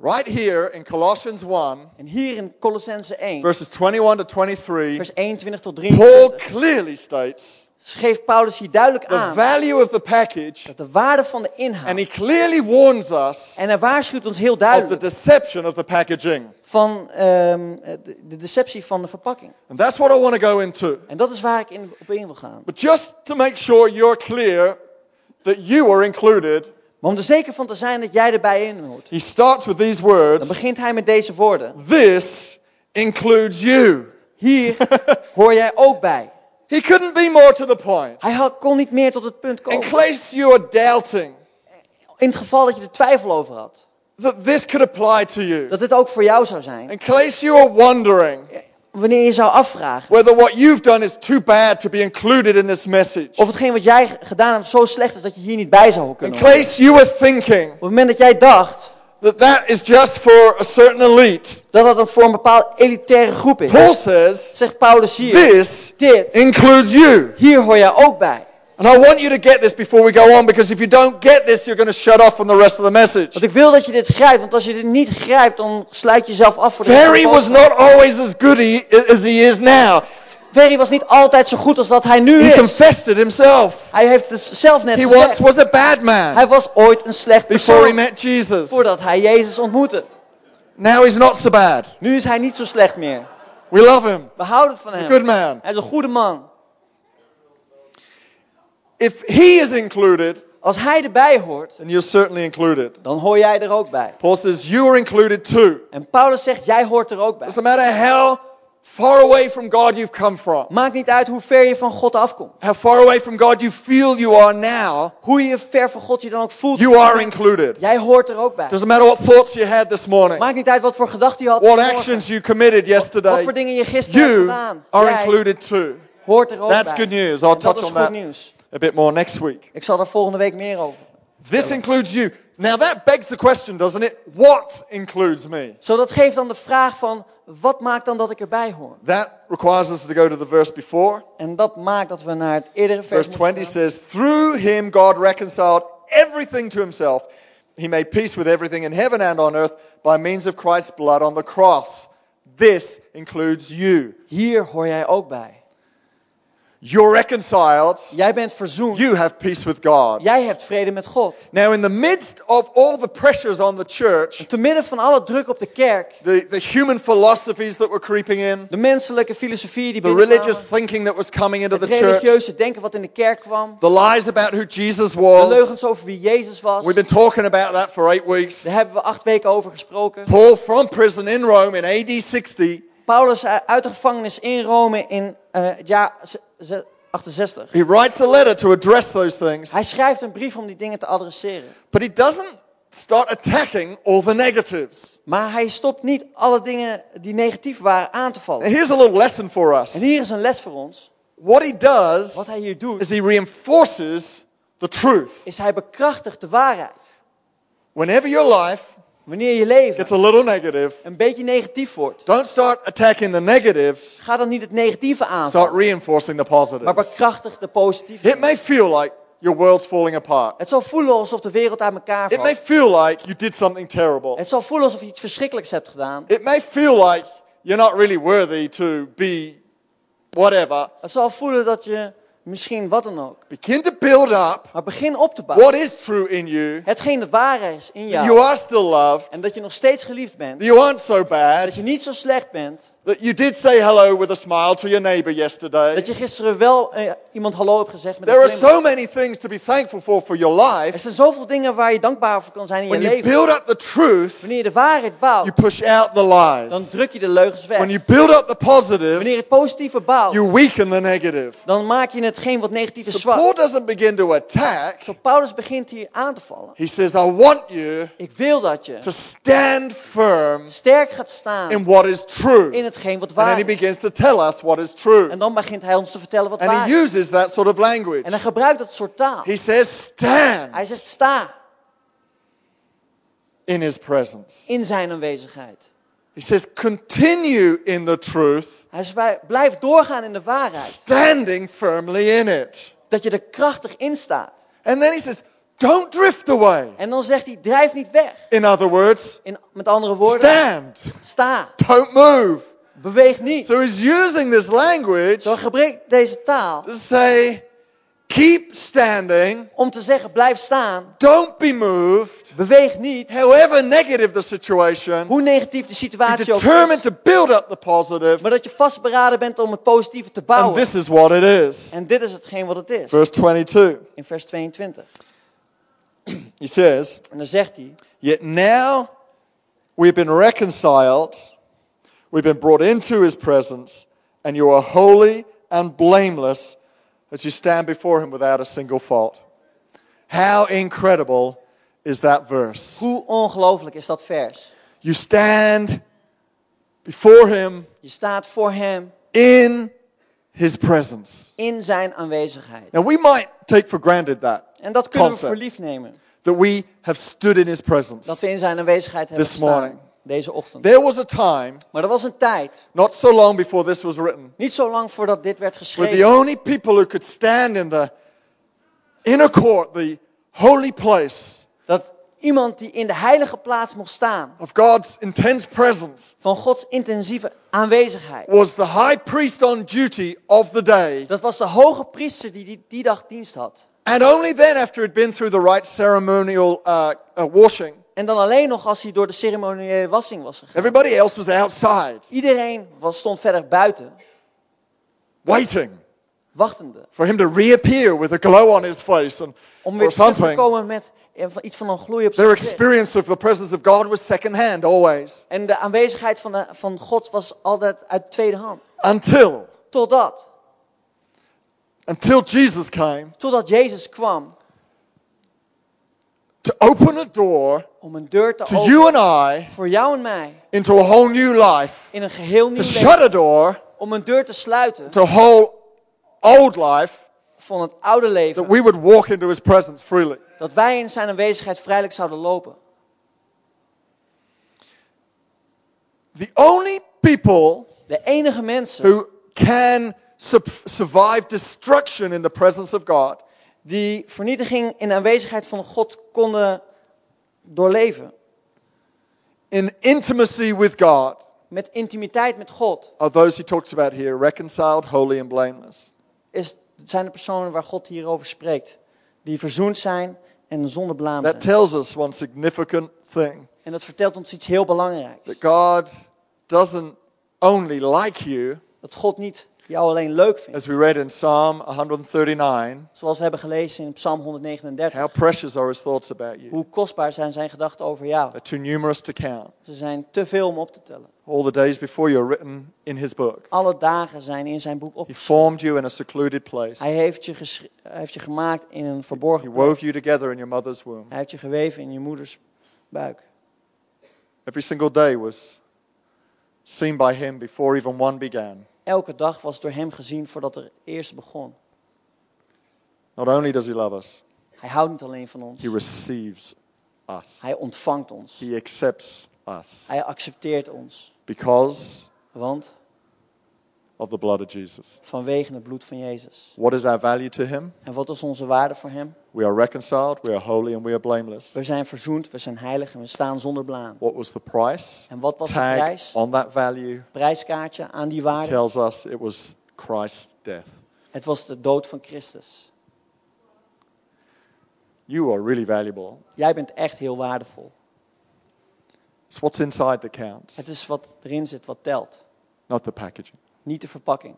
Right here in Colossians 1, En hier in Colossense 1, verses 21 to 23, vers 21 tot Paul 23, clearly states geeft Paulus hier duidelijk the aan value of the package, dat de waarde van de and inhoud. he clearly warns us En hij waarschuwt ons heel of the duidelijk deception of the packaging. van ehm, de de deceptie van de verpakking. And that's what I want to go into. En dat is waar ik in, op in wil gaan. But just to make sure you're clear that you are included, Maar om er zeker van te zijn dat jij erbij in hoort, he starts with these dan words begint hij met deze woorden. This includes you. Hier hoor jij ook bij. He couldn't be more to the point. Hij had, kon niet meer tot het punt In komen. case you are doubting In het geval dat je er twijfel over had. that this could apply to you, Dat dit ook voor jou zou zijn. in case you are wondering Wanneer je zou afvragen whether what you've done is too bad to be included in this message, of hetgeen wat jij gedaan hebt zo slecht is dat je hier niet bij zou in kunnen horen. case you were thinking Op het moment dat jij dacht that that is just for a certain elite, dat dat een voor een bepaalde elitaire groep is, Paul says, zegt Paulus hier, This dit, includes you. hier hoor jij ook bij. And I want you to get this before we go on because if you don't get this, you're going to shut off from the rest of the message. Want ik wil dat je dit grijpt, want als je dit niet grijpt, dan sluit je jezelf af voor de Barry was was not always as good he, as he is now. Ferry was niet altijd zo goed als dat hij nu He is. confessed it himself. Hij heeft het zelf net He gezegd. once was a bad man Hij was ooit een slecht before he persoon met Jesus. voordat hij Jezus ontmoette. Now he's not so bad. Nu is hij niet zo slecht meer. We love him. We houden van Good hem. man. Hij is een goede man. If he is included, Als hij erbij hoort, then you're certainly included. dan hoor jij er ook bij. Paul says, You are included too. En Paulus zegt, jij hoort er ook bij. Doesn't matter how far away from God you've come from, Maakt niet uit hoe ver je van God afkomt. how far away from God you feel you are now, Hoe je ver van God je dan ook voelt. you are included. Jij hoort er ook bij. Doesn't matter what thoughts you had this morning. Maakt niet uit wat voor gedachten je had. What vanmorgen. actions you committed Wat yesterday, voor dingen je gisteren hebt you gedaan. are Jij included too. hoort er ook That's bij. good news. I'll En dat touch is on goed that. nieuws. A bit more next week. Ik zal daar volgende week meer over. This includes you. Now that begs the question, doesn't it? What includes me? Zo dat geeft dan de vraag van, wat maakt dan dat ik erbij hoor? That requires us to go to the verse before. En dat maakt dat we naar het eerdere vers Verse moeten 20 gaan. says, Through him God reconciled everything to himself. He made peace with everything in heaven and on earth by means of Christ's blood on the cross. This includes you. Hier hoor jij ook bij. You're reconciled. Jij bent verzoend. You have peace with God. Jij hebt vrede met God. Now, in the midst of all the pressures on the church, Te midden van alle druk op de kerk, the, the human philosophies that were creeping in, de menselijke filosofie die the binnenkwamen, religious thinking that was coming into het the church, religieuze denken wat in de kerk kwam, the lies about who Jesus de was. leugens over wie Jezus was, We've been talking about that for eight weeks. daar hebben we acht weken over gesproken. Paul from prison in Rome in AD 60, Paulus eh, uit de gevangenis in Rome in eh, het jaar z- z- 68. he writes a letter to address those things, Hij schrijft een brief om die dingen te adresseren. but he doesn't start attacking all the negatives. Maar hij stopt niet alle dingen die negatief waren aan te vallen. And here's a little lesson for us. En hier is een les voor ons. What he Wat does hij hier is doet, he reinforces the truth. is hij bekrachtigt de waarheid. Whenever your life Wanneer je gets leven a little negative, een beetje negatief wordt, Don't start attacking the negatives, ga dan niet het negatieve aan, start reinforcing the maar positives. bekrachtig de positieve. It may feel like your world's falling apart. Het zal voelen alsof de wereld uit elkaar It may valt. feel like you did something terrible. Het zal voelen alsof je iets verschrikkelijks hebt gedaan. It may feel like you're not really worthy to be whatever. Het zal voelen dat je misschien wat dan ook. Begin to build up Maar begin op te bouwen. what is true in you. Hetgeen de ware is in That you jou. are still loved. En dat je nog steeds geliefd bent. That you aren't so Dat bad. je niet zo slecht bent. That you did say hello with a smile to your neighbor yesterday. Dat je gisteren wel eh, iemand hallo hebt gezegd met een There are glimlach. so many things to be thankful for for your Er life. zijn zoveel dingen waar je dankbaar voor kan zijn in je When you leven. build up the truth, Wanneer je de waarheid you bouwt, push out the dan lies. druk je de leugens When weg. you build up the positive, Wanneer het positieve bouwt, you weaken the negative. dan maak je hetgeen wat negatief is So Paul zwak. doesn't begin to attack. Zo Paulus begint hier aan te vallen. He says, I want you Ik wil dat je to stand firm sterk gaat staan in what is true. in And hetgeen wat then he waar is. begins to tell us what is true. En dan begint hij ons te vertellen wat And waar he is. uses that sort of language. En hij gebruikt dat soort taal. He says, stand Hij zegt sta in his presence. in zijn aanwezigheid. He says, continue in the truth, Hij zegt blijf doorgaan in de waarheid. standing firmly in it. Dat je er krachtig in staat. And then he says, Don't drift away. En dan zegt hij, drijf niet weg. In other words, In, met andere woorden, stand. sta, Don't move. beweeg niet. So he's using this language Zo gebruikt deze taal to say, keep standing. om te zeggen, blijf staan, Don't be moved. beweeg niet. However negative the situation, Hoe negatief de be situatie ook determined to is, build up the positive, maar dat je vastberaden bent om het positieve te And bouwen. this is what it is. En dit is hetgeen wat het is. Verse 22, In vers 22. he says, En dan zegt hij, Yet now we've been reconciled, we've been brought into his presence, and you are holy and blameless as you stand before him without a single fault. How incredible is that verse? hoe ongelooflijk is dat vers? You stand before him Je staat voor hem in his presence. in zijn aanwezigheid. Now we might take for granted that. En dat kunnen we Concept. voor lief nemen. That we have stood in his presence. Dat we in zijn aanwezigheid hebben This gestaan. morning. Deze ochtend. There was a time Maar er was een tijd, not so long before this was written, niet zo lang voordat dit where the werd geschreven, only people who could stand in the inner court, the holy place dat iemand die in de heilige plaats mocht staan, of God's intense presence, van Gods intensieve aanwezigheid. was the high priest on duty of the day. Dat was de hoge priester die die, die dag dienst had. And only then, after he'd been through the right ceremonial uh, uh, washing, En dan alleen nog als hij door de ceremoniële wassing was gegaan. everybody else was outside, Iedereen was, stond verder buiten, waiting wachtende. for him to reappear with a glow on his face and, Om weer or terug te something. komen met eh, van- iets van een gloei op zijn Their gezicht. experience of the presence of God was secondhand always, En de aanwezigheid van, de, van God was altijd uit tweede hand. until, Totdat, until Jesus came totdat Jezus kwam to open a door om een deur te to openen you and I voor jou en mij into a whole new life, in een geheel to nieuw shut leven. a door Om een deur te sluiten to a whole old life van het oude that leven, we would walk into his presence freely. dat wij in zijn aanwezigheid vrijelijk zouden lopen. The only people De enige mensen who can su- survive destruction in the presence of God die vernietiging in aanwezigheid van God konden doorleven, in intimacy with God met intimiteit met God, are those he talks about here, reconciled, holy, and blameless. is, zijn de personen waar God hierover spreekt. Die verzoend zijn en zonder blaam That zijn. tells us one significant thing En dat vertelt ons iets heel belangrijks. that God doesn't only like you, Dat God niet jou alleen leuk vindt. as we read in Psalm 139. Zoals we hebben gelezen in Psalm 139. How precious are his thoughts about you. Hoe kostbaar zijn zijn gedachten over jou. They're too numerous to count. Ze zijn te veel om op te tellen. All the days before you are written in his book. Alle dagen zijn in zijn boek op. He formed you in a secluded place. Hij heeft je, gesch- hij heeft je gemaakt in een verborgen He wove you together in your mother's womb. Hij heeft je geweven in je moeders buik. Every single day was seen by him before even one began. Elke dag was door hem gezien voordat er eerst begon. Not only does he love us, Hij houdt niet alleen van ons. he receives us. Hij ontvangt ons. He accepts us Hij accepteert ons. because Want of the blood of Jesus. vanwege het bloed van Jezus. What is our value to him? En wat is onze waarde voor hem? We are reconciled, we are holy, and we are blameless. We zijn verzoend, we zijn heilig en we staan zonder blaam. What was the price? En wat was de Tag prijs? on that value Prijskaartje aan die waarde. tells us it was Christ's death. Het was de dood van Christus. You are really valuable. Jij bent echt heel waardevol. It's what's inside that counts, Het is wat erin zit wat telt, not the packaging. niet de verpakking.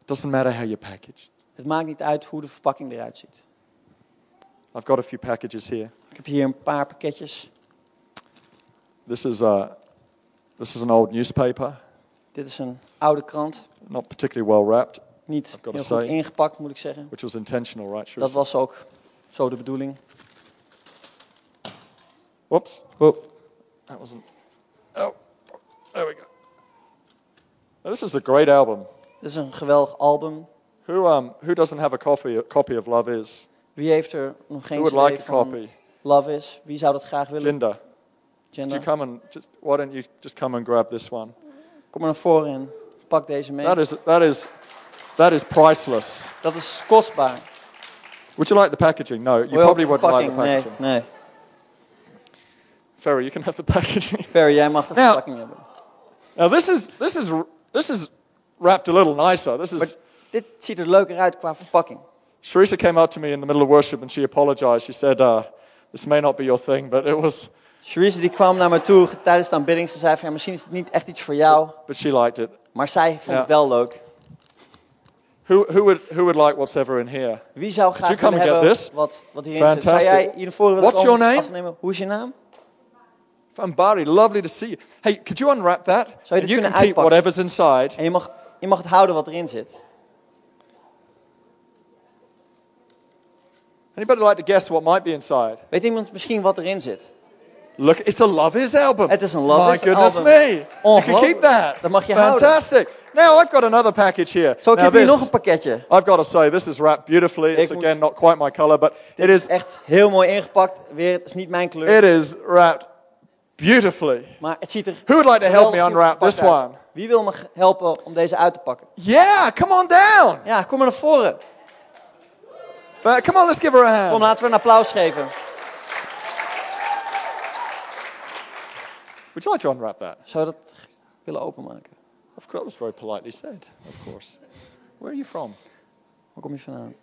It doesn't matter how you're packaged. Het maakt niet uit hoe de verpakking eruit ziet. I've got a few packages here. Ik heb hier een paar pakketjes. This is, a, this is an old newspaper, Dit is een oude krant. not particularly well wrapped, Niet got heel to goed say. ingepakt, moet ik zeggen. which was intentional, right? Dat Sharissa? was ook zo de bedoeling. Whoops, Oh. that wasn't. Oh, there we go. Now, this is a great album. Dit is een geweldig album. Who, um, who doesn't have a copy, a copy of Love Is? Wie heeft er nog geen Who would CD like a van copy? Love Is? Wie zou dat graag willen? Linda, would Jenna, you come and just, why don't you just come and grab this one? Nou, kom maar naar voren en pak deze mee. That is, that is, That is priceless. Dat is kostbaar. Would you like the packaging? No, you Wil je ook probably de wouldn't like the verpakking? packaging. Nee, nee. Ferry, you can have the packaging. Ferry, jij mag de Nou. verpakking hebben. Now this is this is this is wrapped a little nicer. This Maar is dit ziet er leuker uit qua verpakking. Sharisa came up to me in the middle of worship and she apologized. She said, uh, "This may not be your thing, but it was." Charisse die kwam naar me toe tijdens de aanbidding. Ze zei van, ja, misschien is het niet echt iets voor jou. But she liked it. Maar zij vond Ja. het wel leuk. Who who would who would like what's ever in here? Wie zou you graag come willen and get hebben this? wat, wat hierin zit? Zou Fantastic. jij hier naar voren willen dus. What's komen your name? afnemen? Hoe is je naam? Fambari, lovely to see you. Hey, could you unwrap that? Zou je And dit you kunnen can keep uitpakken? whatever's inside. En je mag, je mag het houden wat erin zit. Anybody like to guess what might be inside? Weet iemand misschien wat erin zit? Look, it's a Love Is album. Het is een Love My Is goodness album. me. You can Ongelooflijk. keep that. Dat mag je houden. Fantastic. Now I've got another package here. Zo, ik now heb hier this- nog een pakketje. I've got to say, this is wrapped beautifully. It's Ik moet- again not quite my color, but it is Echt heel mooi ingepakt. Weer, het is niet mijn kleur. it is wrapped beautifully. maar het ziet er... Who would like to help me geweldig unwrap ingepakt this uit. one? Wie wil me g- helpen om deze uit te pakken? Yeah, come on down. Ja, kom maar naar voren. Fa- Come on, let's give her a Kom, hand. laten we een applaus geven. Would you like to unwrap that? Zou je dat g- willen openmaken? Of course, that was very politely said. Of course. Where are you from? Waar kom je vandaan?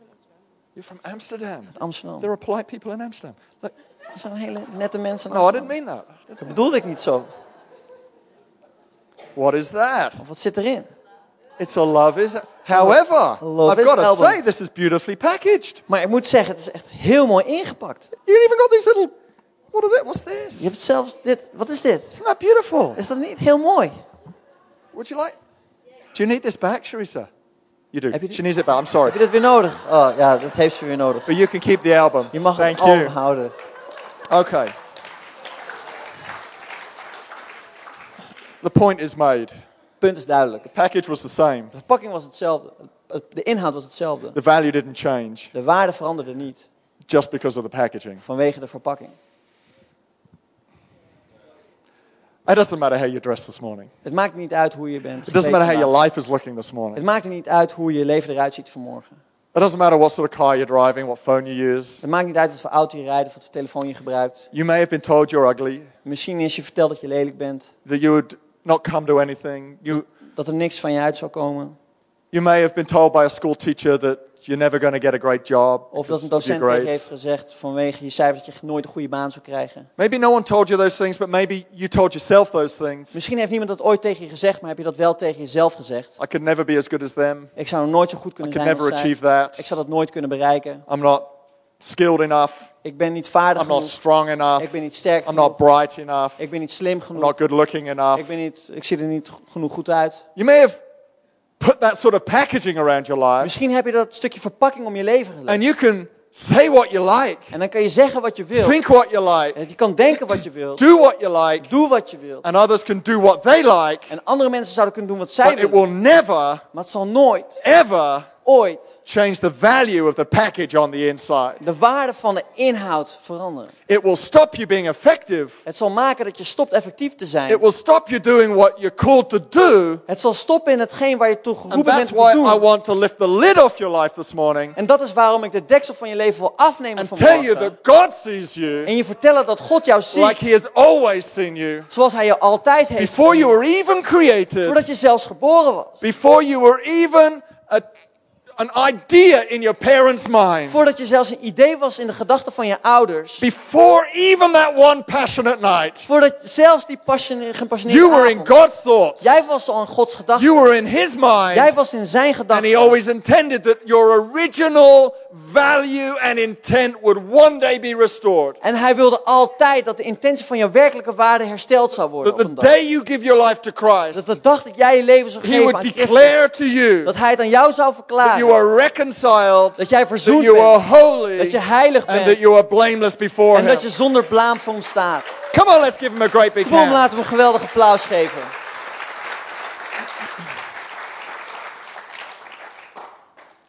You're from Amsterdam. Amsterdam. There are polite people in Amsterdam. Look, Dat zijn hele nette mensen. in no, I Amsterdam. didn't mean that. Dat bedoelde ik niet zo. What is that? Of wat zit erin? It's a love is. However, Love I've Is got to album. say this is beautifully packaged. Maar ik moet zeggen, het is echt heel mooi ingepakt. You even got these little. What is it? What's Je this? hebt zelfs dit. Wat is dit? Isn't that beautiful? Is dat niet heel mooi? Would you like? Do you need this back, Sharissa? You do. Heb je dit- she needs it back. I'm sorry. Heb je dit weer nodig? Oh ja, dat heeft ze weer nodig. But you can keep the album. Je mag Thank het you. al houden. Okay. The point is made. Punt is duidelijk. Package was the same. De verpakking was hetzelfde. Het- De inhoud was hetzelfde. The value didn't change De waarde veranderde niet just because of the packaging. vanwege de verpakking. It doesn't matter how you dress this morning. Het maakt niet uit hoe je bent. It doesn't matter how your gekleed vandaag. life is looking this morning. Het maakt er niet uit hoe je leven eruit ziet vanmorgen. It doesn't matter what sort of car you're driving, what phone you use. Het maakt niet uit wat voor auto je rijdt of wat voor telefoon je gebruikt. You may have been told you're ugly, Misschien is je verteld dat je lelijk bent. that you would not come to anything. You, Dat er niks van je uit zou komen. you may have been told by a school teacher that you're never going to get a great job. Of dat because een of docent your tegen je grades. heeft gezegd vanwege je cijfers dat je nooit een goede baan zou krijgen. Maybe no one told you those things, but maybe you told yourself those things. Misschien heeft niemand dat ooit tegen je gezegd, maar heb je dat wel tegen jezelf gezegd? I could never be as good as them. Ik zou nog nooit zo goed I kunnen could zijn als never zij. achieve that. Ik zou dat nooit kunnen bereiken. I'm not skilled enough. Ik ben niet vaardig I'm not genoeg. strong enough. Ik ben niet sterk I'm not genoeg. bright enough. Ik ben niet slim I'm genoeg. not good looking Ik, enough. ben niet, ik zie er niet g- genoeg goed uit. You may have put that sort of packaging around your life, Misschien heb je dat stukje verpakking om je leven gelegd. and you can say what you like, En dan kan je zeggen wat je wil. think what you like, Je kan denken wat je wil. do what you like, Doe wat je wil. and others can do what they like, En andere mensen zouden kunnen doen wat zij but it willen. will never, Maar het zal nooit, ever ooit, change the value of the package on the inside. de waarde van de inhoud veranderen. It will stop you being effective. Het zal maken dat je stopt effectief te zijn. It will stop you doing what you're called to do. Het zal stoppen in hetgeen waar je toe And geroepen that's bent om why te I doen. want to lift the lid off your life this morning En dat is waarom ik de deksel van je leven wil afnemen and tell you vanmorgen. that God sees you En je vertellen dat God jou like He ziet has always seen you zoals hij je altijd heeft before you gezien. were even created, Voordat je zelfs geboren was. before you were even a, an idea in your parents' mind, Voordat je zelfs een idee was in de gedachten van je ouders. before even that one passionate night. Voordat zelfs die passion, gepassioneerde You were in avond. God's thoughts, Jij was al in Gods gedachten. you were in His Jij mind, was in zijn and He gedachten. always intended that your original value and intent would one day be restored. En hij wilde altijd dat de intentie van je werkelijke waarde hersteld zou worden That op the een dag. day you give your life to Christ, Dat de dag dat jij je leven zou He geven would aan Christus, declare to you dat hij het aan jou zou that you verklaren. are reconciled, Dat jij that verzoend you are bent holy, dat je heilig and bent. that you are blameless before en Him. dat je zonder blaam voor hem staat. Come on, let's give Him a great big Kom, hand. laten we hem een geweldig applaus geven.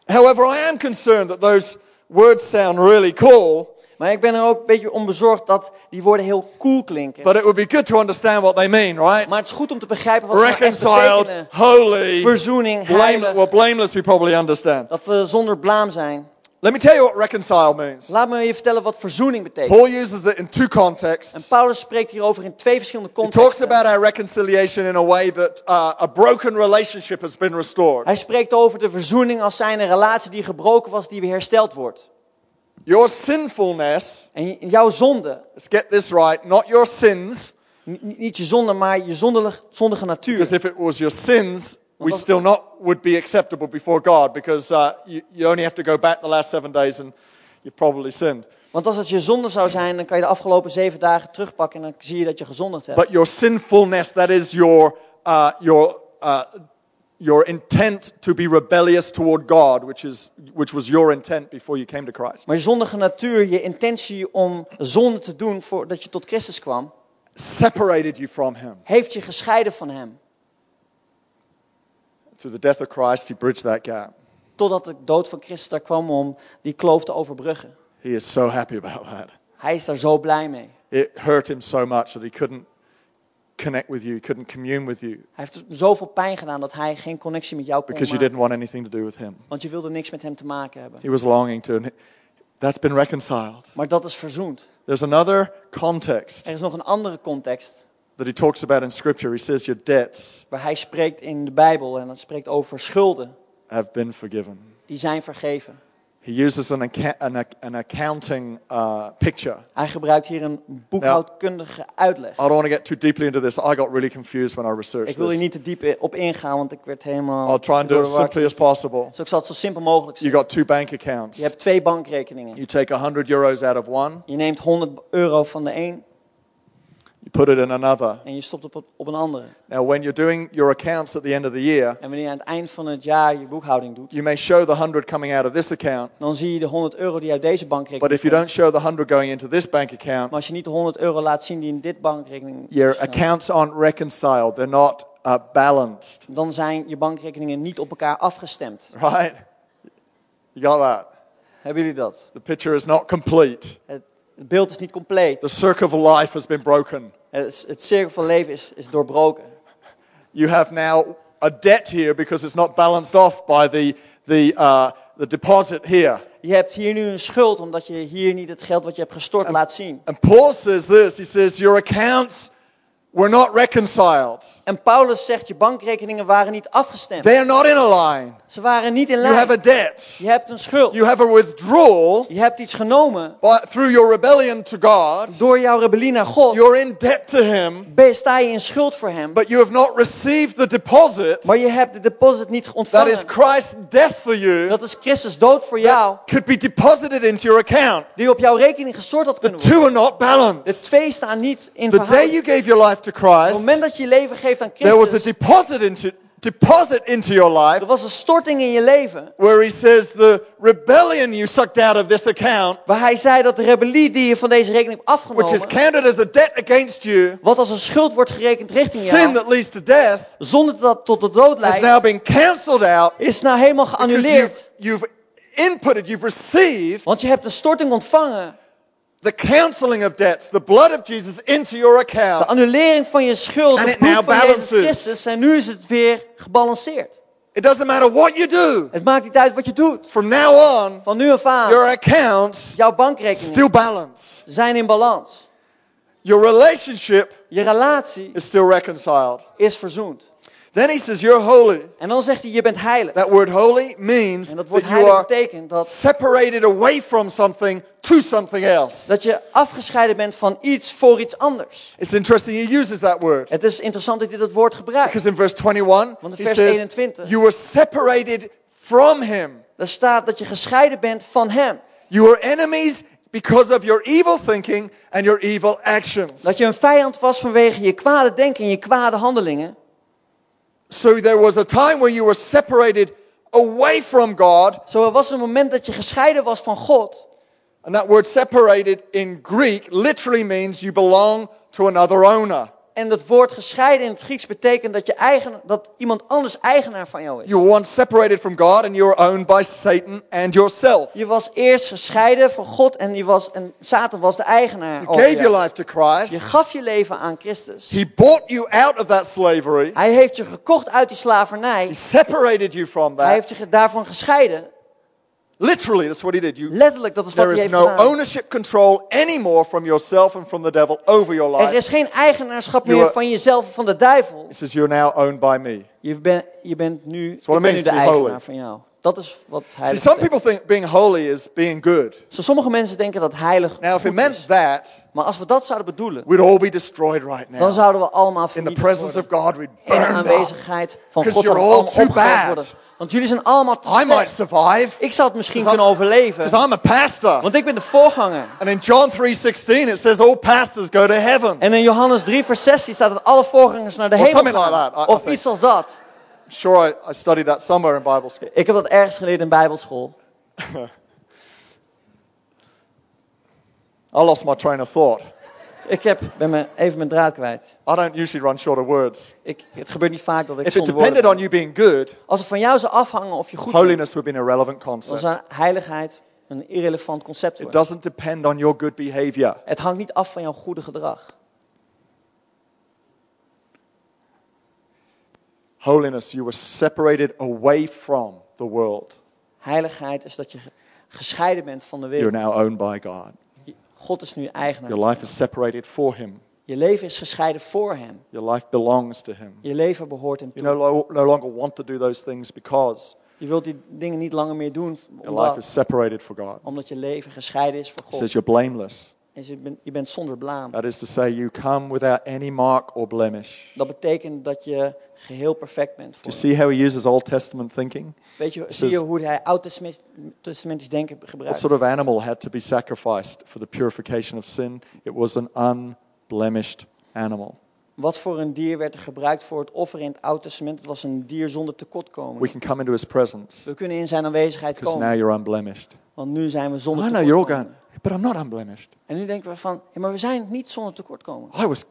However, I am concerned that those words sound really cool, Maar ik ben er ook een beetje onbezorgd dat die woorden heel cool klinken. But it would be good to understand what they mean, right? Maar het is goed om te begrijpen wat ze nou echt Reconciled, betekenen. holy, Verzoening, blameless. heilig. Well, blameless we probably understand. Dat we zonder blaam zijn. Let me tell you what reconcile means. Laat me je vertellen wat verzoening betekent. Paul uses it in two En contexts. Paulus spreekt hierover in twee verschillende He talks contexten. about our reconciliation in a way that uh, a broken relationship has been restored. Hij spreekt over de verzoening als zijnde relatie die gebroken was, die weer hersteld wordt. Your sinfulness, En jouw zonde, let's get this right, not your sins, Ni- ni- niet je zonde, maar je zondelig- zondige because natuur. if it was your sins, we still not would be acceptable before God because uh, you, you only have to go back the last seven days and you've probably sinned. Want als het je zonde zou zijn, dan kan je de afgelopen zeven dagen terugpakken en dan zie je dat je gezondigd hebt. But your sinfulness, that is your, uh, your, uh, your intent to be rebellious toward God, which, is, which was your intent before you came to Christ. Maar je zondige natuur, je intentie om zonde te doen voordat je tot Christus kwam, Separated you from Him. heeft je gescheiden van hem. Through the death of Christ, He bridged that gap. Totdat de dood van Christus daar kwam om die kloof te overbruggen. He is so happy about that. Hij is daar zo blij mee. It hurt Him so much that He couldn't connect with you, He couldn't commune with you, Hij heeft zoveel pijn gedaan dat hij geen connectie met jou kon because you didn't maken. want anything to do with Him. Want je wilde niks met hem te maken hebben. He was longing to. And that's been reconciled. Maar dat is verzoend. There's another context Er is nog een andere context that He talks about in Scripture. He says, Your debts waar hij spreekt in de Bijbel en dat spreekt over schulden have been forgiven. die zijn vergeven. He uses an, acca- an, ac- an accounting uh, picture. Hij gebruikt hier een boekhoudkundige uitleg. I don't want to get too deeply into this. I got really confused when I Ik researched wil this. hier niet te diep op ingaan, want ik werd helemaal. I'll try and do door it de as war. simply as possible. Dus ik zal het zo simpel mogelijk You zijn. got two bank accounts. Je hebt twee bankrekeningen. You take 100 euros out of one, Je neemt 100 euro van de een you put it in another. en je stopt het op, op een andere. Now, when you're doing your accounts at the end of the year, En wanneer je aan het eind van het jaar je boekhouding doet, you may show the 100 coming out of this account, dan zie je de 100 euro die uit deze but bankrekening if you komt. don't show the 100 going into this bank account, Maar als je niet de 100 euro laat zien die in dit bankrekening your staan, accounts aren't reconciled. They're not uh, balanced, dan zijn je bankrekeningen niet op elkaar afgestemd. right? You got that? Hebben jullie dat? The picture is not complete. Het, het beeld is niet compleet. The circle of life has been broken. Het, is- het cirkel van leven is, is doorbroken. You have now a debt here because it's not balanced off by the, the, uh, the deposit here. Je hebt hier nu een schuld omdat je hier niet het geld wat je hebt gestort laat zien. And Paul says this he says, Your accounts were not reconciled, En Paulus zegt, je bankrekeningen waren niet afgestemd. they are not in a line. Ze waren niet in You have a lijn. debt, Je hebt een schuld. you have a withdrawal Je hebt iets genomen by, through your rebellion to God. door jouw rebellie naar God. You're in debt to Him, Ben- Sta je in schuld voor hem, but you have not received the deposit maar je hebt de deposit niet that is ontvangen. Christ's death for you Dat is Christus dood voor jou, that could be deposited into your account. die op jouw rekening gestort had The kunnen worden. two are not balanced. De twee staan niet in The day verhouding. you gave your life to Op het Christ, moment dat je je leven geeft aan there was a Christus, deposit into, deposit into your life er was een storting in je leven. where he says the rebellion you sucked out of this account, Waar hij zei dat de rebellie die je van deze rekening hebt which is afgenomen, counted as a debt against you, wat als een schuld wordt gerekend richting sin jou, that leads to death, zonder dat het tot de dood has leidt, now been cancelled out is nou helemaal nou- because geannuleerd. you've, you've inputted, you've received Want je hebt een storting ontvangen, the cancelling of debts, the blood of Jesus into your de account. annulering van je schuld, And het it bloed now van Jezus balances. Christus en nu is het weer gebalanceerd. It doesn't matter what you do. Het maakt niet uit wat je doet. From now on, Van nu af aan, your accounts jouw bankrekeningen still balance. zijn in balans. Your relationship Je relatie is still reconciled. is verzoend. Then he says, You're holy. En dan zegt hij, je bent heilig. That word holy means that En dat woord you heilig are betekent dat, separated away from something to something else. dat je afgescheiden bent van iets voor iets anders. It's interesting he uses that word. Het is interessant dat je dat woord gebruikt. Because in verse 21, Want he in vers says, 21. You were separated from him. Daar staat dat je gescheiden bent van hem. You were enemies because of your evil thinking and your evil actions. Dat je een vijand was vanwege je kwade denken en je kwade handelingen. So there was a time where you were separated away from God, Zo er was een moment dat je gescheiden was van God. and that word separated in Greek literally means you belong to another owner. En dat woord gescheiden in het Grieks betekent dat, je eigen, dat iemand anders eigenaar van jou is. You were once separated from God and you were owned by Satan and yourself. Je was eerst gescheiden van God en, je was, en Satan was de eigenaar. You over gave jou. your life to Je Christ. gaf je leven aan Christus. He bought you out of that slavery. Hij heeft je gekocht uit die He slavernij. separated you from Hij that. heeft je daarvan gescheiden. Literally, that's what he did. You, Letterlijk, dat is wat there hij is heeft no gedaan. ownership control anymore from yourself and from the devil over your Er life. is geen eigenaarschap You meer are- van jezelf of van de duivel. It says you're now owned by me. Je, bent je bent nu, what it ik ben means nu de to be holy. eigenaar van jou. Dat is wat See, heilig some betekent. people think being holy is being good. Zo sommige mensen denken dat heilig Now, if goed it is. meant that, Maar als we dat zouden bedoelen, we'd all be destroyed right dan now. zouden we allemaal In the vernietigd presence worden. of God, we'd In de burn up. aanwezigheid van 'Cause God you're zouden we all allemaal too opgeruimd bad. worden. Want jullie zijn allemaal te I might slecht. survive Ik zou het misschien 'Cause I'm- kunnen overleven. because I'm a pastor. Want ik ben de voorganger. And in John 3:16 it says all pastors go to heaven. En in Johannes 3, vers 16 staat dat alle voorgangers naar de hemel something like gaan. that, I- I of think. iets als dat. I'm sure I, I studied that somewhere in Bible school. Ik heb dat ergens geleerd in Bijbelschool. I lost my train of thought. Ik heb, ben mijn, even mijn draad kwijt. I don't usually run short of words. Ik, het gebeurt niet vaak dat If ik it zonder depended woorden on you being good, ben. Als het van jou zou afhangen of je goed bent, holiness would be an irrelevant dan concept. zou heiligheid een irrelevant concept It worden. doesn't depend on your good behavior. Het hangt niet af van jouw goede gedrag. Holiness, you were separated away from the world. Heiligheid is dat je ge- gescheiden bent van de You're wereld. now owned by God. God is nu Your eigenaar. life is separated for Him. Je leven is gescheiden voor hem. Your life belongs to Him. Je leven behoort hem You toe. no, lo- no longer want to do those things because Je wilt die dingen niet langer meer doen your life is omdat, separated for God. omdat je leven gescheiden is van It God. says you're blameless. En je bent, je bent zonder blaam. That is to say, you come without any mark or blemish. Dat betekent dat je geheel perfect bent Do you voor hem. see how he uses Old Testament thinking? Weet je, This zie je is- hoe hij oud-testamentisch denken What gebruikt? sort of animal had to be sacrificed for the purification of sin? It was an unblemished animal. Wat voor een dier werd er gebruikt voor het offer in het Oude Testament? Het was een dier zonder We tekortkoming. can come into his presence We kunnen in zijn aanwezigheid because now komen, you're unblemished. want nu zijn we zonder I know you're all tekortkoming. going, but I'm not unblemished. En nu denken we van, ja, maar we zijn niet zonder tekortkoming. I was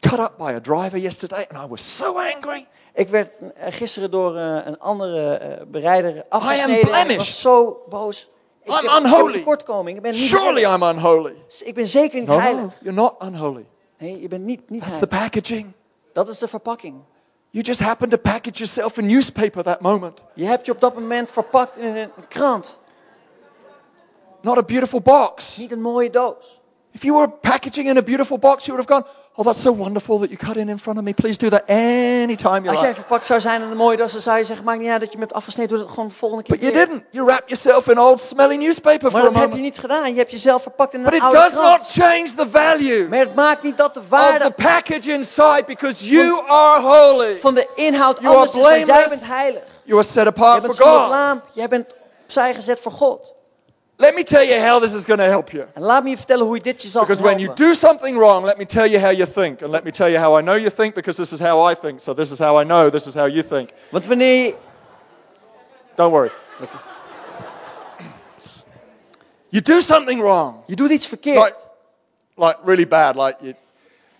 cut up by a driver yesterday and I was so angry. Ik werd eh, gisteren door eh, een andere eh, berijder am afgesneden. en ik blemished. was zo boos. Ik I'm heb- ik heb unholy. tekortkoming. Ik ben niet Surely heilig. Dus I'm unholy. Ik ben zeker niet No, no, heilig. you're not unholy. Nee, je bent niet, niet That's the heilig. packaging. Dat is de verpakking. You just happened to package yourself in newspaper that moment, Je hebt je op dat moment verpakt in een krant. not a beautiful box. Niet een mooie doos. If you were packaging in a beautiful box, you would have gone, Oh, that's so wonderful that you cut in in front of me. Please do that anytime you Als jij like. verpakt zou zijn in een mooie doos, dan zou je zeggen, maakt niet uit dat je me hebt afgesneden, doe dat gewoon de volgende keer But you weer. didn't. You wrapped yourself in old smelly newspaper Maar for a dat heb je moment. niet gedaan. Je hebt jezelf verpakt in But een it oude does not krant. change the value Maar het maakt niet dat de of the waarde package inside because you are holy. van de inhoud You are anders is, want jij blameless. bent heilig. You are set Jij apart for bent zonder God. blaam. Jij bent opzij gezet voor God. Let me tell you how this is going to help you. En laat me je vertellen hoe je dit je zal Because gaan when you helpen. do something wrong, let me tell you how you think. And let me tell you how I know you think because this is how I think. So this is how I know, this is how you think. Want wanneer je... Don't worry. You do something wrong, Je doet iets verkeerd. like, like really bad, like you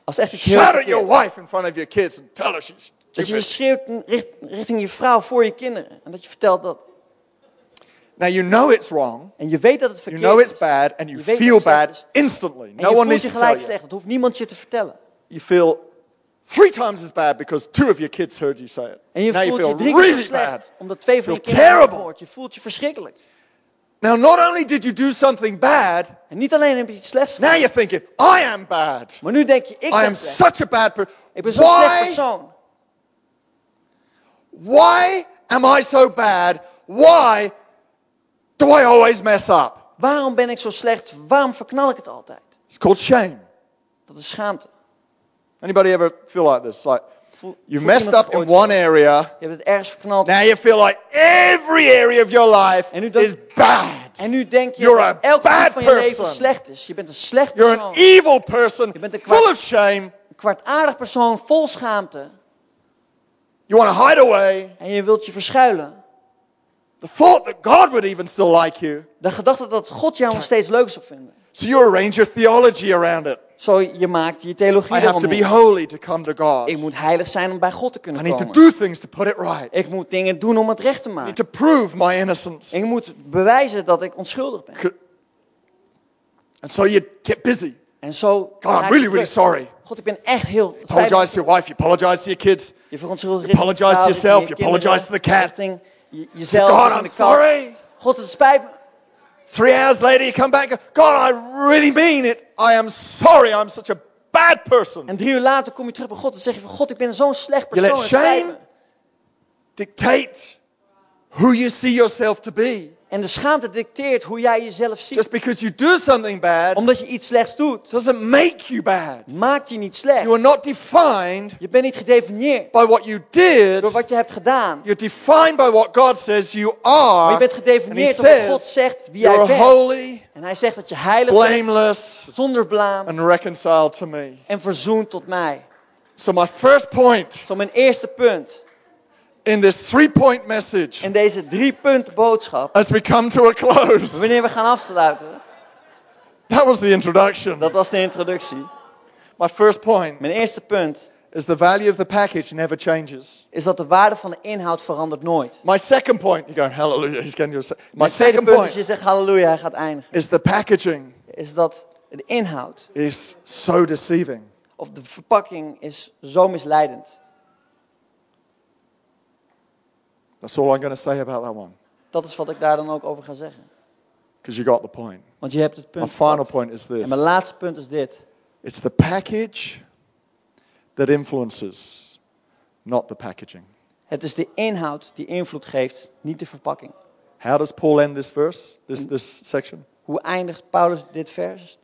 Als echt iets heel shout at your verkeerd. wife in front of your kids and tell her she's Dat je stupid. schreeuwt in- richt- richting je vrouw voor je kinderen. En dat je vertelt dat. Now you know it's wrong, En je weet dat het you verkeerd know it's is. bad, and you Je weet feel dat het slecht bad is. instantly. En No je one voelt needs je to tell gelijk you. slecht. Dat hoeft niemand je te vertellen. You feel three times as bad because two of your kids heard you say it. En je now you voelt je feel drie keer zo really slecht. bad. Omdat twee van je Feel kinderen hebben terrible. gehoord. Je voelt je verschrikkelijk. Now not only did you do something bad, En niet alleen heb je iets now slechts gedaan. you're thinking, I am bad. Maar nu denk je, ik I am ben slecht. such a bad person. Ik ben zo'n slecht Why persoon. Why am I so bad? Why do I always mess up? Waarom ben ik zo slecht? Waarom verknal ik het altijd? It's called shame. Dat is schaamte. Anybody ever feel like this? Like Voel- you voelt messed iemand up zich in ooit one zo? area, Je hebt het ergens verknald. now you feel like every area of your life En nu dat- is bad. En nu denk je You're a dat elke bad dag van je leven person. slecht is. Je bent een slecht You're an e- persoon. evil person, Je bent een full kwaad- of shame. Een kwaadaardig persoon, vol schaamte. You want to hide away. En je wilt je verschuilen. The thought that God would even still like you. De gedachte dat God jou nog steeds leuk zou vinden. So you arrange your theology around it. Zo, je maakt je theologie I have to be eromheen. holy to come to God. Ik moet heilig zijn om bij God te I kunnen need to komen. do things to put it right. Ik moet dingen doen om het recht te I need maken. to prove my innocence. Ik moet bewijzen dat ik onschuldig ben. C- And so you get busy. En zo. God, Ah, I'm raak je really, really druk. sorry. God, ik ben echt heel. Apologize to your wife, you apologize to your kids. Je verontschuldigt You apologize richting to je vrouw, yourself, you richting je apologize kinderen, to the cat. richting je- jezelf. God, richting I'm de kat. sorry. God, het spijt me. Three hours later, you come back and go, God, I really mean it. I am sorry. I'm such a bad person. En drie uur later kom je terug bij God en zeg je van God, ik ben zo'n slecht You persoon. let het spijt me. shame dictate who you see yourself to be. En de schaamte dicteert hoe jij jezelf ziet. Just because you do something bad Omdat je iets slechts doet, doesn't make you bad. maakt je niet slecht. You are not defined Je bent niet gedefinieerd by what you did. door wat je hebt gedaan. You're defined by what God says you are. Maar je bent And he gedefinieerd door wat God says, zegt wie jij You're bent. holy, En hij zegt dat je heilig bent, blameless, zonder blaam and reconciled to me. en verzoend tot mij. So, my first point Zo mijn eerste punt in this three point message in deze drie punten boodschap. as we come to a close. Wanneer we gaan afsluiten, That was the introduction. dat was de introductie. My first point Mijn eerste punt is the value of the package never changes. is dat de waarde van de inhoud verandert nooit. My second point, you're going, hallelujah, he's getting your. se-" My Mijn tweede second punt is, point je zegt halleluja, hij gaat eindigen. is the packaging Is dat de inhoud is so deceiving. of de verpakking is zo misleidend. That's all I'm going to say about that one, Dat is wat ik daar dan ook over ga zeggen. because you got the point. Want je hebt het My punt. final gepakt. point is En this mijn laatste punt is dit. it's the package that influences, not the packaging. Het is de inhoud die invloed geeft, niet de verpakking. How does Paul end this verse, this, this section? Hoe eindigt Paulus dit vers?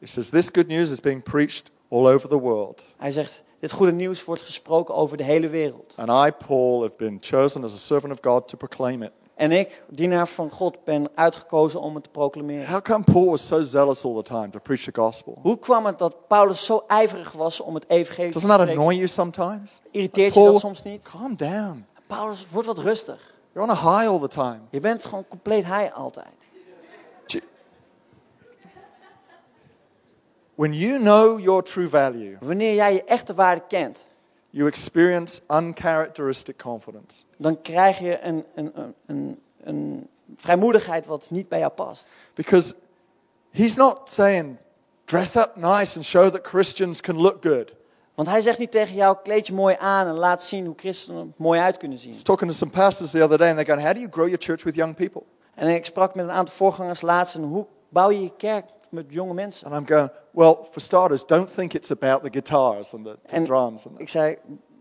He says, This good news is being preached all over the world. Hij zegt, dit goede nieuws wordt gesproken over de hele wereld. And I, Paul, have been chosen as a servant of God to proclaim it. En ik, dienaar van God, ben uitgekozen om het te proclameren. How come Paul was so zealous all the time to preach the gospel? Hoe kwam het dat Paulus zo ijverig was om het evangelie te Doesn't that spreken? annoy you sometimes? Irriteert je Paul, dat soms niet? calm down. Paulus, word wat rustig. You're on a high all the time. Je bent gewoon compleet high altijd. When you know your true value, Wanneer jij je echte waarde kent, you experience uncharacteristic confidence. dan krijg je een, een, een, een, een vrijmoedigheid wat niet bij jou past. Because he's not saying, dress up nice and show that Christians can look good. Want hij zegt niet tegen jou, kleed je mooi aan en laat zien hoe christenen er mooi uit kunnen zien. I was talking to some pastors the other day, and they're going, How do you grow your church with young people? En ik sprak met een aantal voorgangers laatst en hoe bouw je je kerk met jonge mensen? And I'm going, Well, for starters, don't think it's about the guitars and the, the En drums. And ik zei,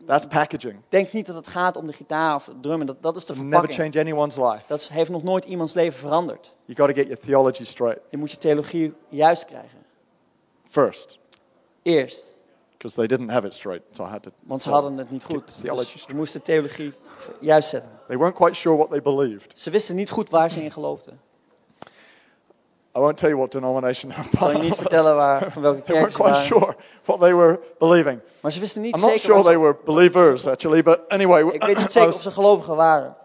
that's packaging. denk niet dat het gaat om de gitaar of het drummen, dat, dat is de It'll never verpakking. change anyone's life. Dat is- heeft nog nooit iemands leven veranderd. You've got to get your theology straight Je moet je theologie juist krijgen. first, Eerst, because they didn't have it straight. So I had to. want ze hadden het niet goed. Theology Dus we moesten theologie juist zetten. They weren't quite sure what they believed. Ze wisten niet goed waar ze in geloofden. I won't tell you what denomination they were part Ik zal je niet of. vertellen waar, van welke They kerk weren't ze quite sure waren. what they were believing. Maar ze wisten niet I'm not zeker. sure wat ze- they were believers, actually, but anyway, Ik weet niet I zeker of was, ze gelovigen waren.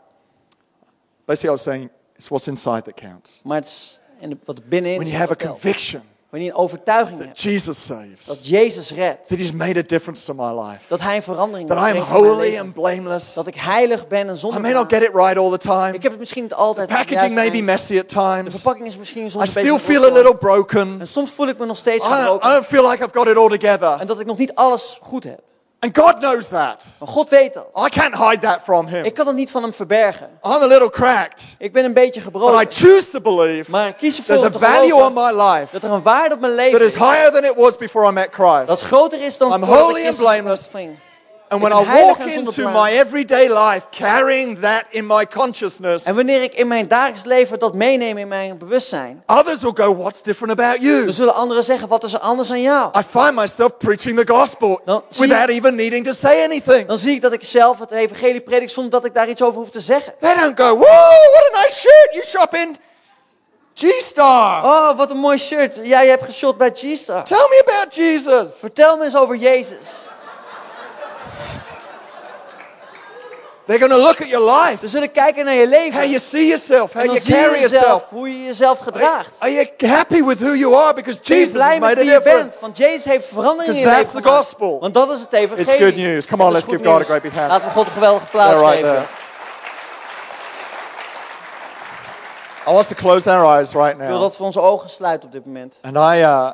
basically I was saying it's what's inside that counts. Maar het is en de- wat binnenin When is you have a wat telt. conviction Wanneer je een overtuiging that hebt Jesus saves, dat Jezus redt. that He's made a difference to my life, Dat hij een verandering that I am brengt in mijn holy leven, and blameless. Dat ik heilig ben en I zonder may not blaam. get it right all the time. Ik heb het misschien niet altijd. op het Packaging may juiste be eind. messy at De times. verpakking is misschien I soms een still beetje feel a rommelig. little broken. En soms voel ik me nog steeds I, I gebroken. don't feel like I've got it all together. En dat ik nog niet alles goed heb. And God knows that. Maar God weet dat. I can't hide that from Him. Ik kan het niet van hem verbergen. I'm a little cracked, Ik ben een beetje but I gebroken. choose to believe Maar ik kies ervoor there's om a te value on geloven my life dat er een waarde op mijn that leven is is. higher than it was before I met Dat Christ. groter is dan I'm voordat ik holy and Christus blameless. ontving. And when I ben heilig walk en zonder into blaam. my everyday life carrying that in my consciousness, En wanneer ik in mijn dagelijks leven dat meeneem in mijn bewustzijn, others will go, What's different about you? dan zullen anderen zeggen: wat is er anders aan jou? I find myself preaching the gospel Dan zie without even needing to say anything. Dan zie ik dat ik zelf het evangelie predik zonder dat ik daar iets over hoef te zeggen. They don't go, Whoa, what a nice shirt! You shop in G Star. Oh, wat een mooi shirt. Jij hebt geshot bij G-Star. Tell me about Jesus. Vertel me eens over Jezus. They're going to look at your life, Ze zullen kijken naar je leven. how you see yourself, how en dan you zie je carry jezelf, yourself. hoe je jezelf Are, gedraagt. are you happy with who you are? Because Ben je Jesus blij has met made a wie je bent? difference. Want Jezus heeft verandering in je 'Cause leven that's the gemaakt. gospel. Want dat is het evangelie. It's good news. Come on, Het let's is goed give God a nieuws. great big hand. Laten we God een geweldige They're applaus right geven. there. I want us to close our eyes right Ik wil now. dat we onze ogen sluiten op dit moment. And I, uh,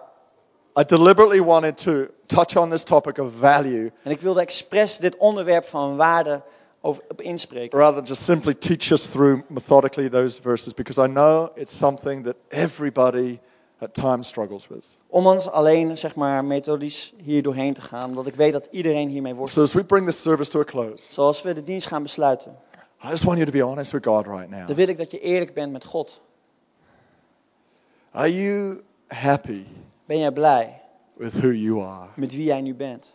I deliberately wanted to touch on this topic of value En ik wilde expres dit onderwerp van waarde over, op inspreken. rather than just simply teach us through methodically those verses because I know it's something that everybody at times struggles with. Ondanks alleen, zeg maar, methodisch hier doorheen te gaan. Omdat ik weet dat iedereen hiermee wordt. So as we bring this service to a close, Zoals we de dienst gaan besluiten. I just want you to be honest with God right now. Dan wil ik dat je eerlijk bent met God. Are you happy Ben jij blij with who you are? met wie jij nu bent?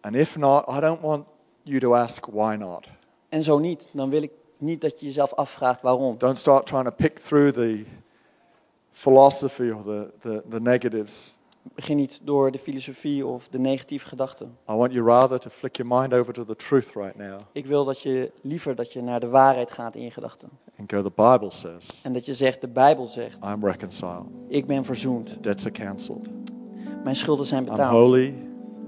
And if not, I don't want you to ask why not. En zo niet, dan wil ik niet dat je jezelf afvraagt waarom. Don't start trying to pick through the philosophy or the, the, the negatives. Begin niet door de filosofie of de negatieve gedachten. I want you rather to flick your mind over to the truth right now Ik wil dat je liever dat je naar de waarheid gaat in je gedachten. and go, the Bible says, En dat je zegt, de Bijbel zegt, I'm reconciled, ik ben verzoend. debts are cancelled. Mijn schulden zijn I'm betaald. holy,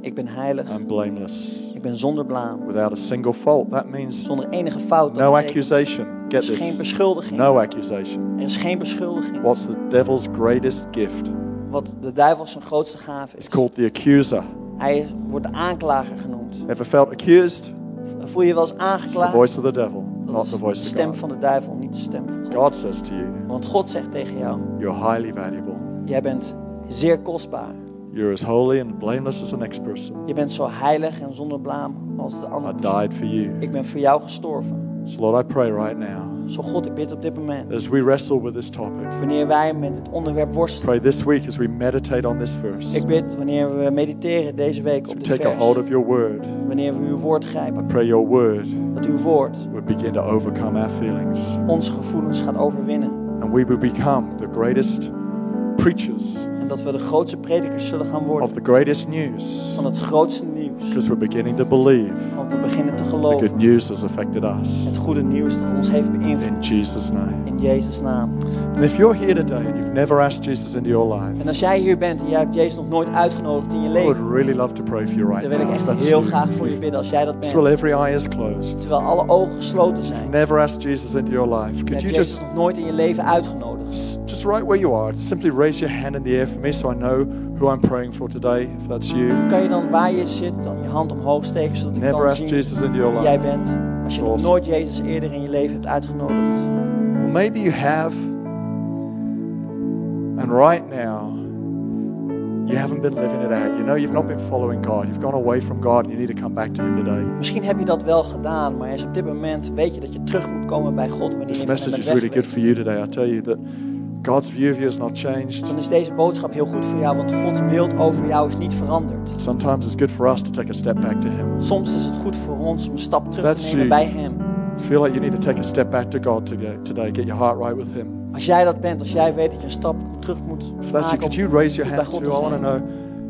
Ik ben heilig. I'm blameless, Ik ben zonder blaam. without a single fault. That means Zonder enige fout. Dat no betekent, accusation. er Get is geen this. beschuldiging. No accusation. Er is geen beschuldiging. What's the devil's greatest gift? Wat de duivel zijn grootste gave is. It's called the accuser. Hij wordt de aanklager genoemd. Ever felt accused? Voel je wel eens It's the aangeklaagd? voice of the devil, Dat not is the de voice stem of God. van de duivel, niet de stem van God. God says to you, Want God zegt tegen jou, You're highly valuable. jij bent zeer kostbaar. You're as holy and blameless as the next person. Je bent zo heilig en zonder blaam als de I andere. persoon. died for you. Ik ben voor jou gestorven. So, Lord, I pray right now Zo God, ik bid op dit moment. as we wrestle with this topic. Wanneer wij met dit onderwerp worstelen. Pray this week as we meditate on this verse. Ik bid wanneer we mediteren deze week As we op dit take a hold vers. of your word, Wanneer we uw woord grijpen. pray your word Dat uw woord would begin to overcome our feelings onze gevoelens gaat overwinnen. and we would become the greatest preachers En dat we de grootste predikers zullen gaan of worden. the greatest news Van het grootste nieuws. because we're beginning to believe Want we beginnen te the good geloven. news has affected us. Het goede nieuws dat ons heeft beïnvloed. In Jesus' name. In Jezus' naam. And if you're here today and you've never asked Jesus into your life, En als jij hier bent en jij hebt Jezus nog nooit uitgenodigd in je I would leven, really love to pray for you right dan wil ik now. if echt that's heel you. graag voor je bidden als jij dat Just while bent. every eye is closed. Terwijl alle ogen gesloten zijn. Never asked Jesus into your life. Je Could hebt you Jezus just, nog nooit in je leven uitgenodigd. just, just right where you are, just simply raise your hand in the air for me so I know who I'm praying for today, if that's you. Kan je dan waar je zit, dan je hand omhoog steken, zodat ik Never kan asked zien Jesus into your wie jij life. bent. Als je nog Awesome. nooit Jezus eerder in je leven hebt uitgenodigd. Well, maybe you have, and right now, you haven't been living it out. You know you've not been following God. You've gone away from God. And you need to come back to Him today. Misschien heb je dat wel gedaan, maar is op dit moment weet je dat je terug moet komen bij God wanneer This je van hem message is bent really good weggeweest. for you today. I tell you that God's view of you has not changed. Dan is deze boodschap heel goed voor jou, want Gods beeld over jou is niet veranderd. Sometimes it's good for us to take a step back to Him. Soms is het goed voor ons om een stap terug That's te nemen you. bij Hem. Feel like you need to take a step back to God to get- today. Get your heart right with Him. Als jij dat bent, als jij weet dat je een stap terug moet If that's you, maken, could om you raise your goed hand bij God too? te I want to zijn,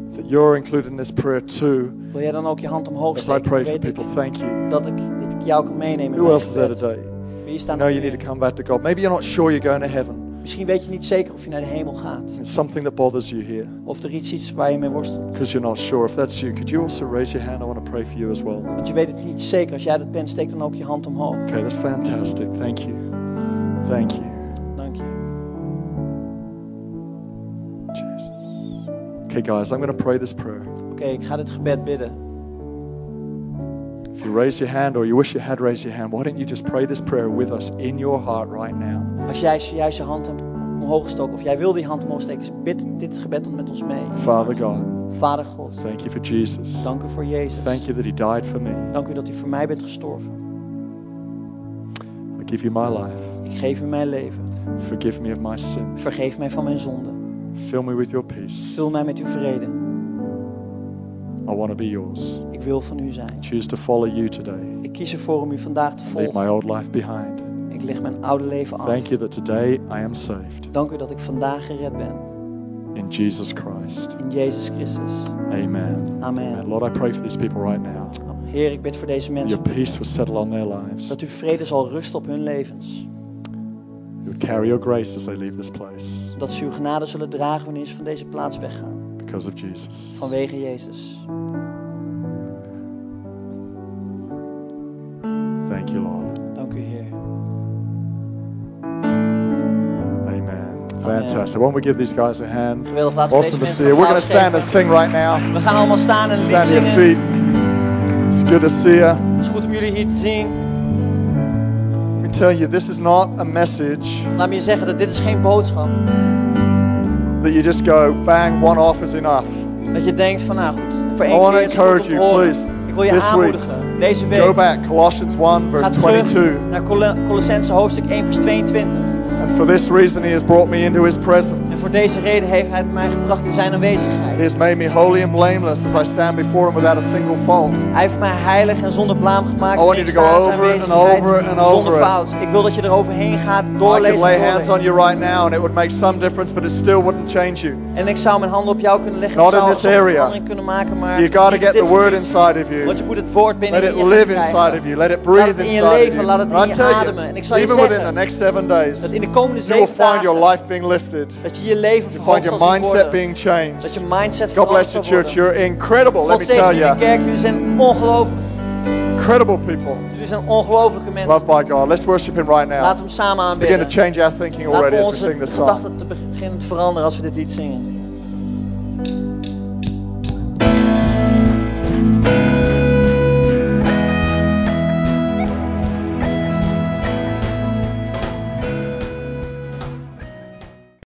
know that you're included in this prayer too. wil jij dan ook je hand omhoog As I steken? pray Dan for weet ik people, thank you. dat ik, dat ik jou kan meenemen. in Who mijn else is there gebed. today? Wie You staan know er you need meer? to come back to God. Maybe you're not sure you're going to heaven. Misschien weet je niet zeker of je naar de hemel gaat. It's something that bothers you here Of er iets is waar je mee worstelt. because you're not sure. If that's you, could you also raise your hand? I want to pray for you as well. Want je weet het niet zeker. Als jij dat bent, steek dan ook je hand omhoog. Okay, that's fantastic. Thank you. Thank you. Dank je. Jesus. Okay, guys, I'm going to pray this prayer. Oké, ik ga dit gebed bidden. If you raise your hand or you wish you had raised your hand, why don't you just pray this prayer with us in your heart right now? Als jij juist je hand hebt omhoog gestoken, of jij wil die hand omhoog steken, bid dit gebed dan met ons mee. Father God, Vader God, thank you for Jesus. dank u voor Jezus. Thank you that He died for me. Dank u dat u voor mij bent gestorven. I give you my life. Ik geef u mijn leven. Forgive me of my sin. Vergeef mij van mijn zonden. Fill me with your peace. Vul mij met uw vrede. I want to be yours. Ik wil van u zijn. Choose to follow you today. Ik kies ervoor om u vandaag te Leave volgen. my old life behind. Ik leg mijn oude leven af. Thank you that today I am saved. Dank u dat ik vandaag gered ben. in Jesus Christ. in Jezus Christus. Amen. Amen. And Lord, I pray for these people right now. Heer, ik bid voor deze Your mensen peace would settle on their lives. dat uw vrede zal rusten op hun levens. You would carry your grace as they leave this place Dat ze uw genade zullen dragen wanneer ze van deze plaats weggaan. because of Jesus. Vanwege Jezus. Thank you, Lord. Dank u, Heer. Amen. Fantastic. Why don't we give these guys a hand? Geweldig, laten we Awesome to deze mensen see you. We're going een to applaus stand and geven. sing right now. We gaan allemaal staan en een lied Stand to your zingen. feet. It's good to see you. Het is goed om jullie hier te zien. Let me tell you, this is not a message Laat me je zeggen dat dit is geen boodschap. that you just go, bang, one off is enough. Dat je denkt van, nou goed, voor I één wanna keer is het goed om encourage te you, horen. please. Ik wil je This week. aanmoedigen. Deze week. Go back, Colossians 1, Ga verse terug 22. naar Col- Colossense hoofdstuk 1 vers 22. And for this reason, He has brought me into His En presence. voor deze reden heeft hij mij gebracht in zijn He aanwezigheid. has made me holy and blameless as I stand before Him without a single fault. Hij heeft mij heilig en zonder blaam gemaakt. I want en ik you to sta go in zijn over it and aanwezigheid over it and zonder over it. fout. Ik wil dat je er overheen gaat, I could doorlezen lay en hands doorlezen. on you right now and it would make some difference, but it still wouldn't change you. En ik zou mijn handen op jou kunnen leggen. Not ik zou in this soms een area. verandering kunnen maken, maar You got to niet op get the dit word gebied. inside of you. Want je moet het woord binnen Let it in je live krijgen. inside of you. Let it Laat breathe het in je inside of leven, you. laat het And in I je tell ademen. En ik zal you, je even within the zeggen next seven days, dat in de komende you will zeven find your dagen life being lifted. dat je je leven You find verandert your zal zien mindset worden. being Dat changed. je mindset God veranderd bless zal the church. worden. You're incredible, let God me tell zegen jullie you. kerk. Jullie zijn ongelooflijk. Incredible people. Jullie zijn ongelooflijke mensen. Loved by God. Let's worship Him right Laten now. we hem samen Let's begin to aanbidden. change our thinking Laten already we as we onze sing this song. gedachten te beginnen te veranderen als we dit lied zingen.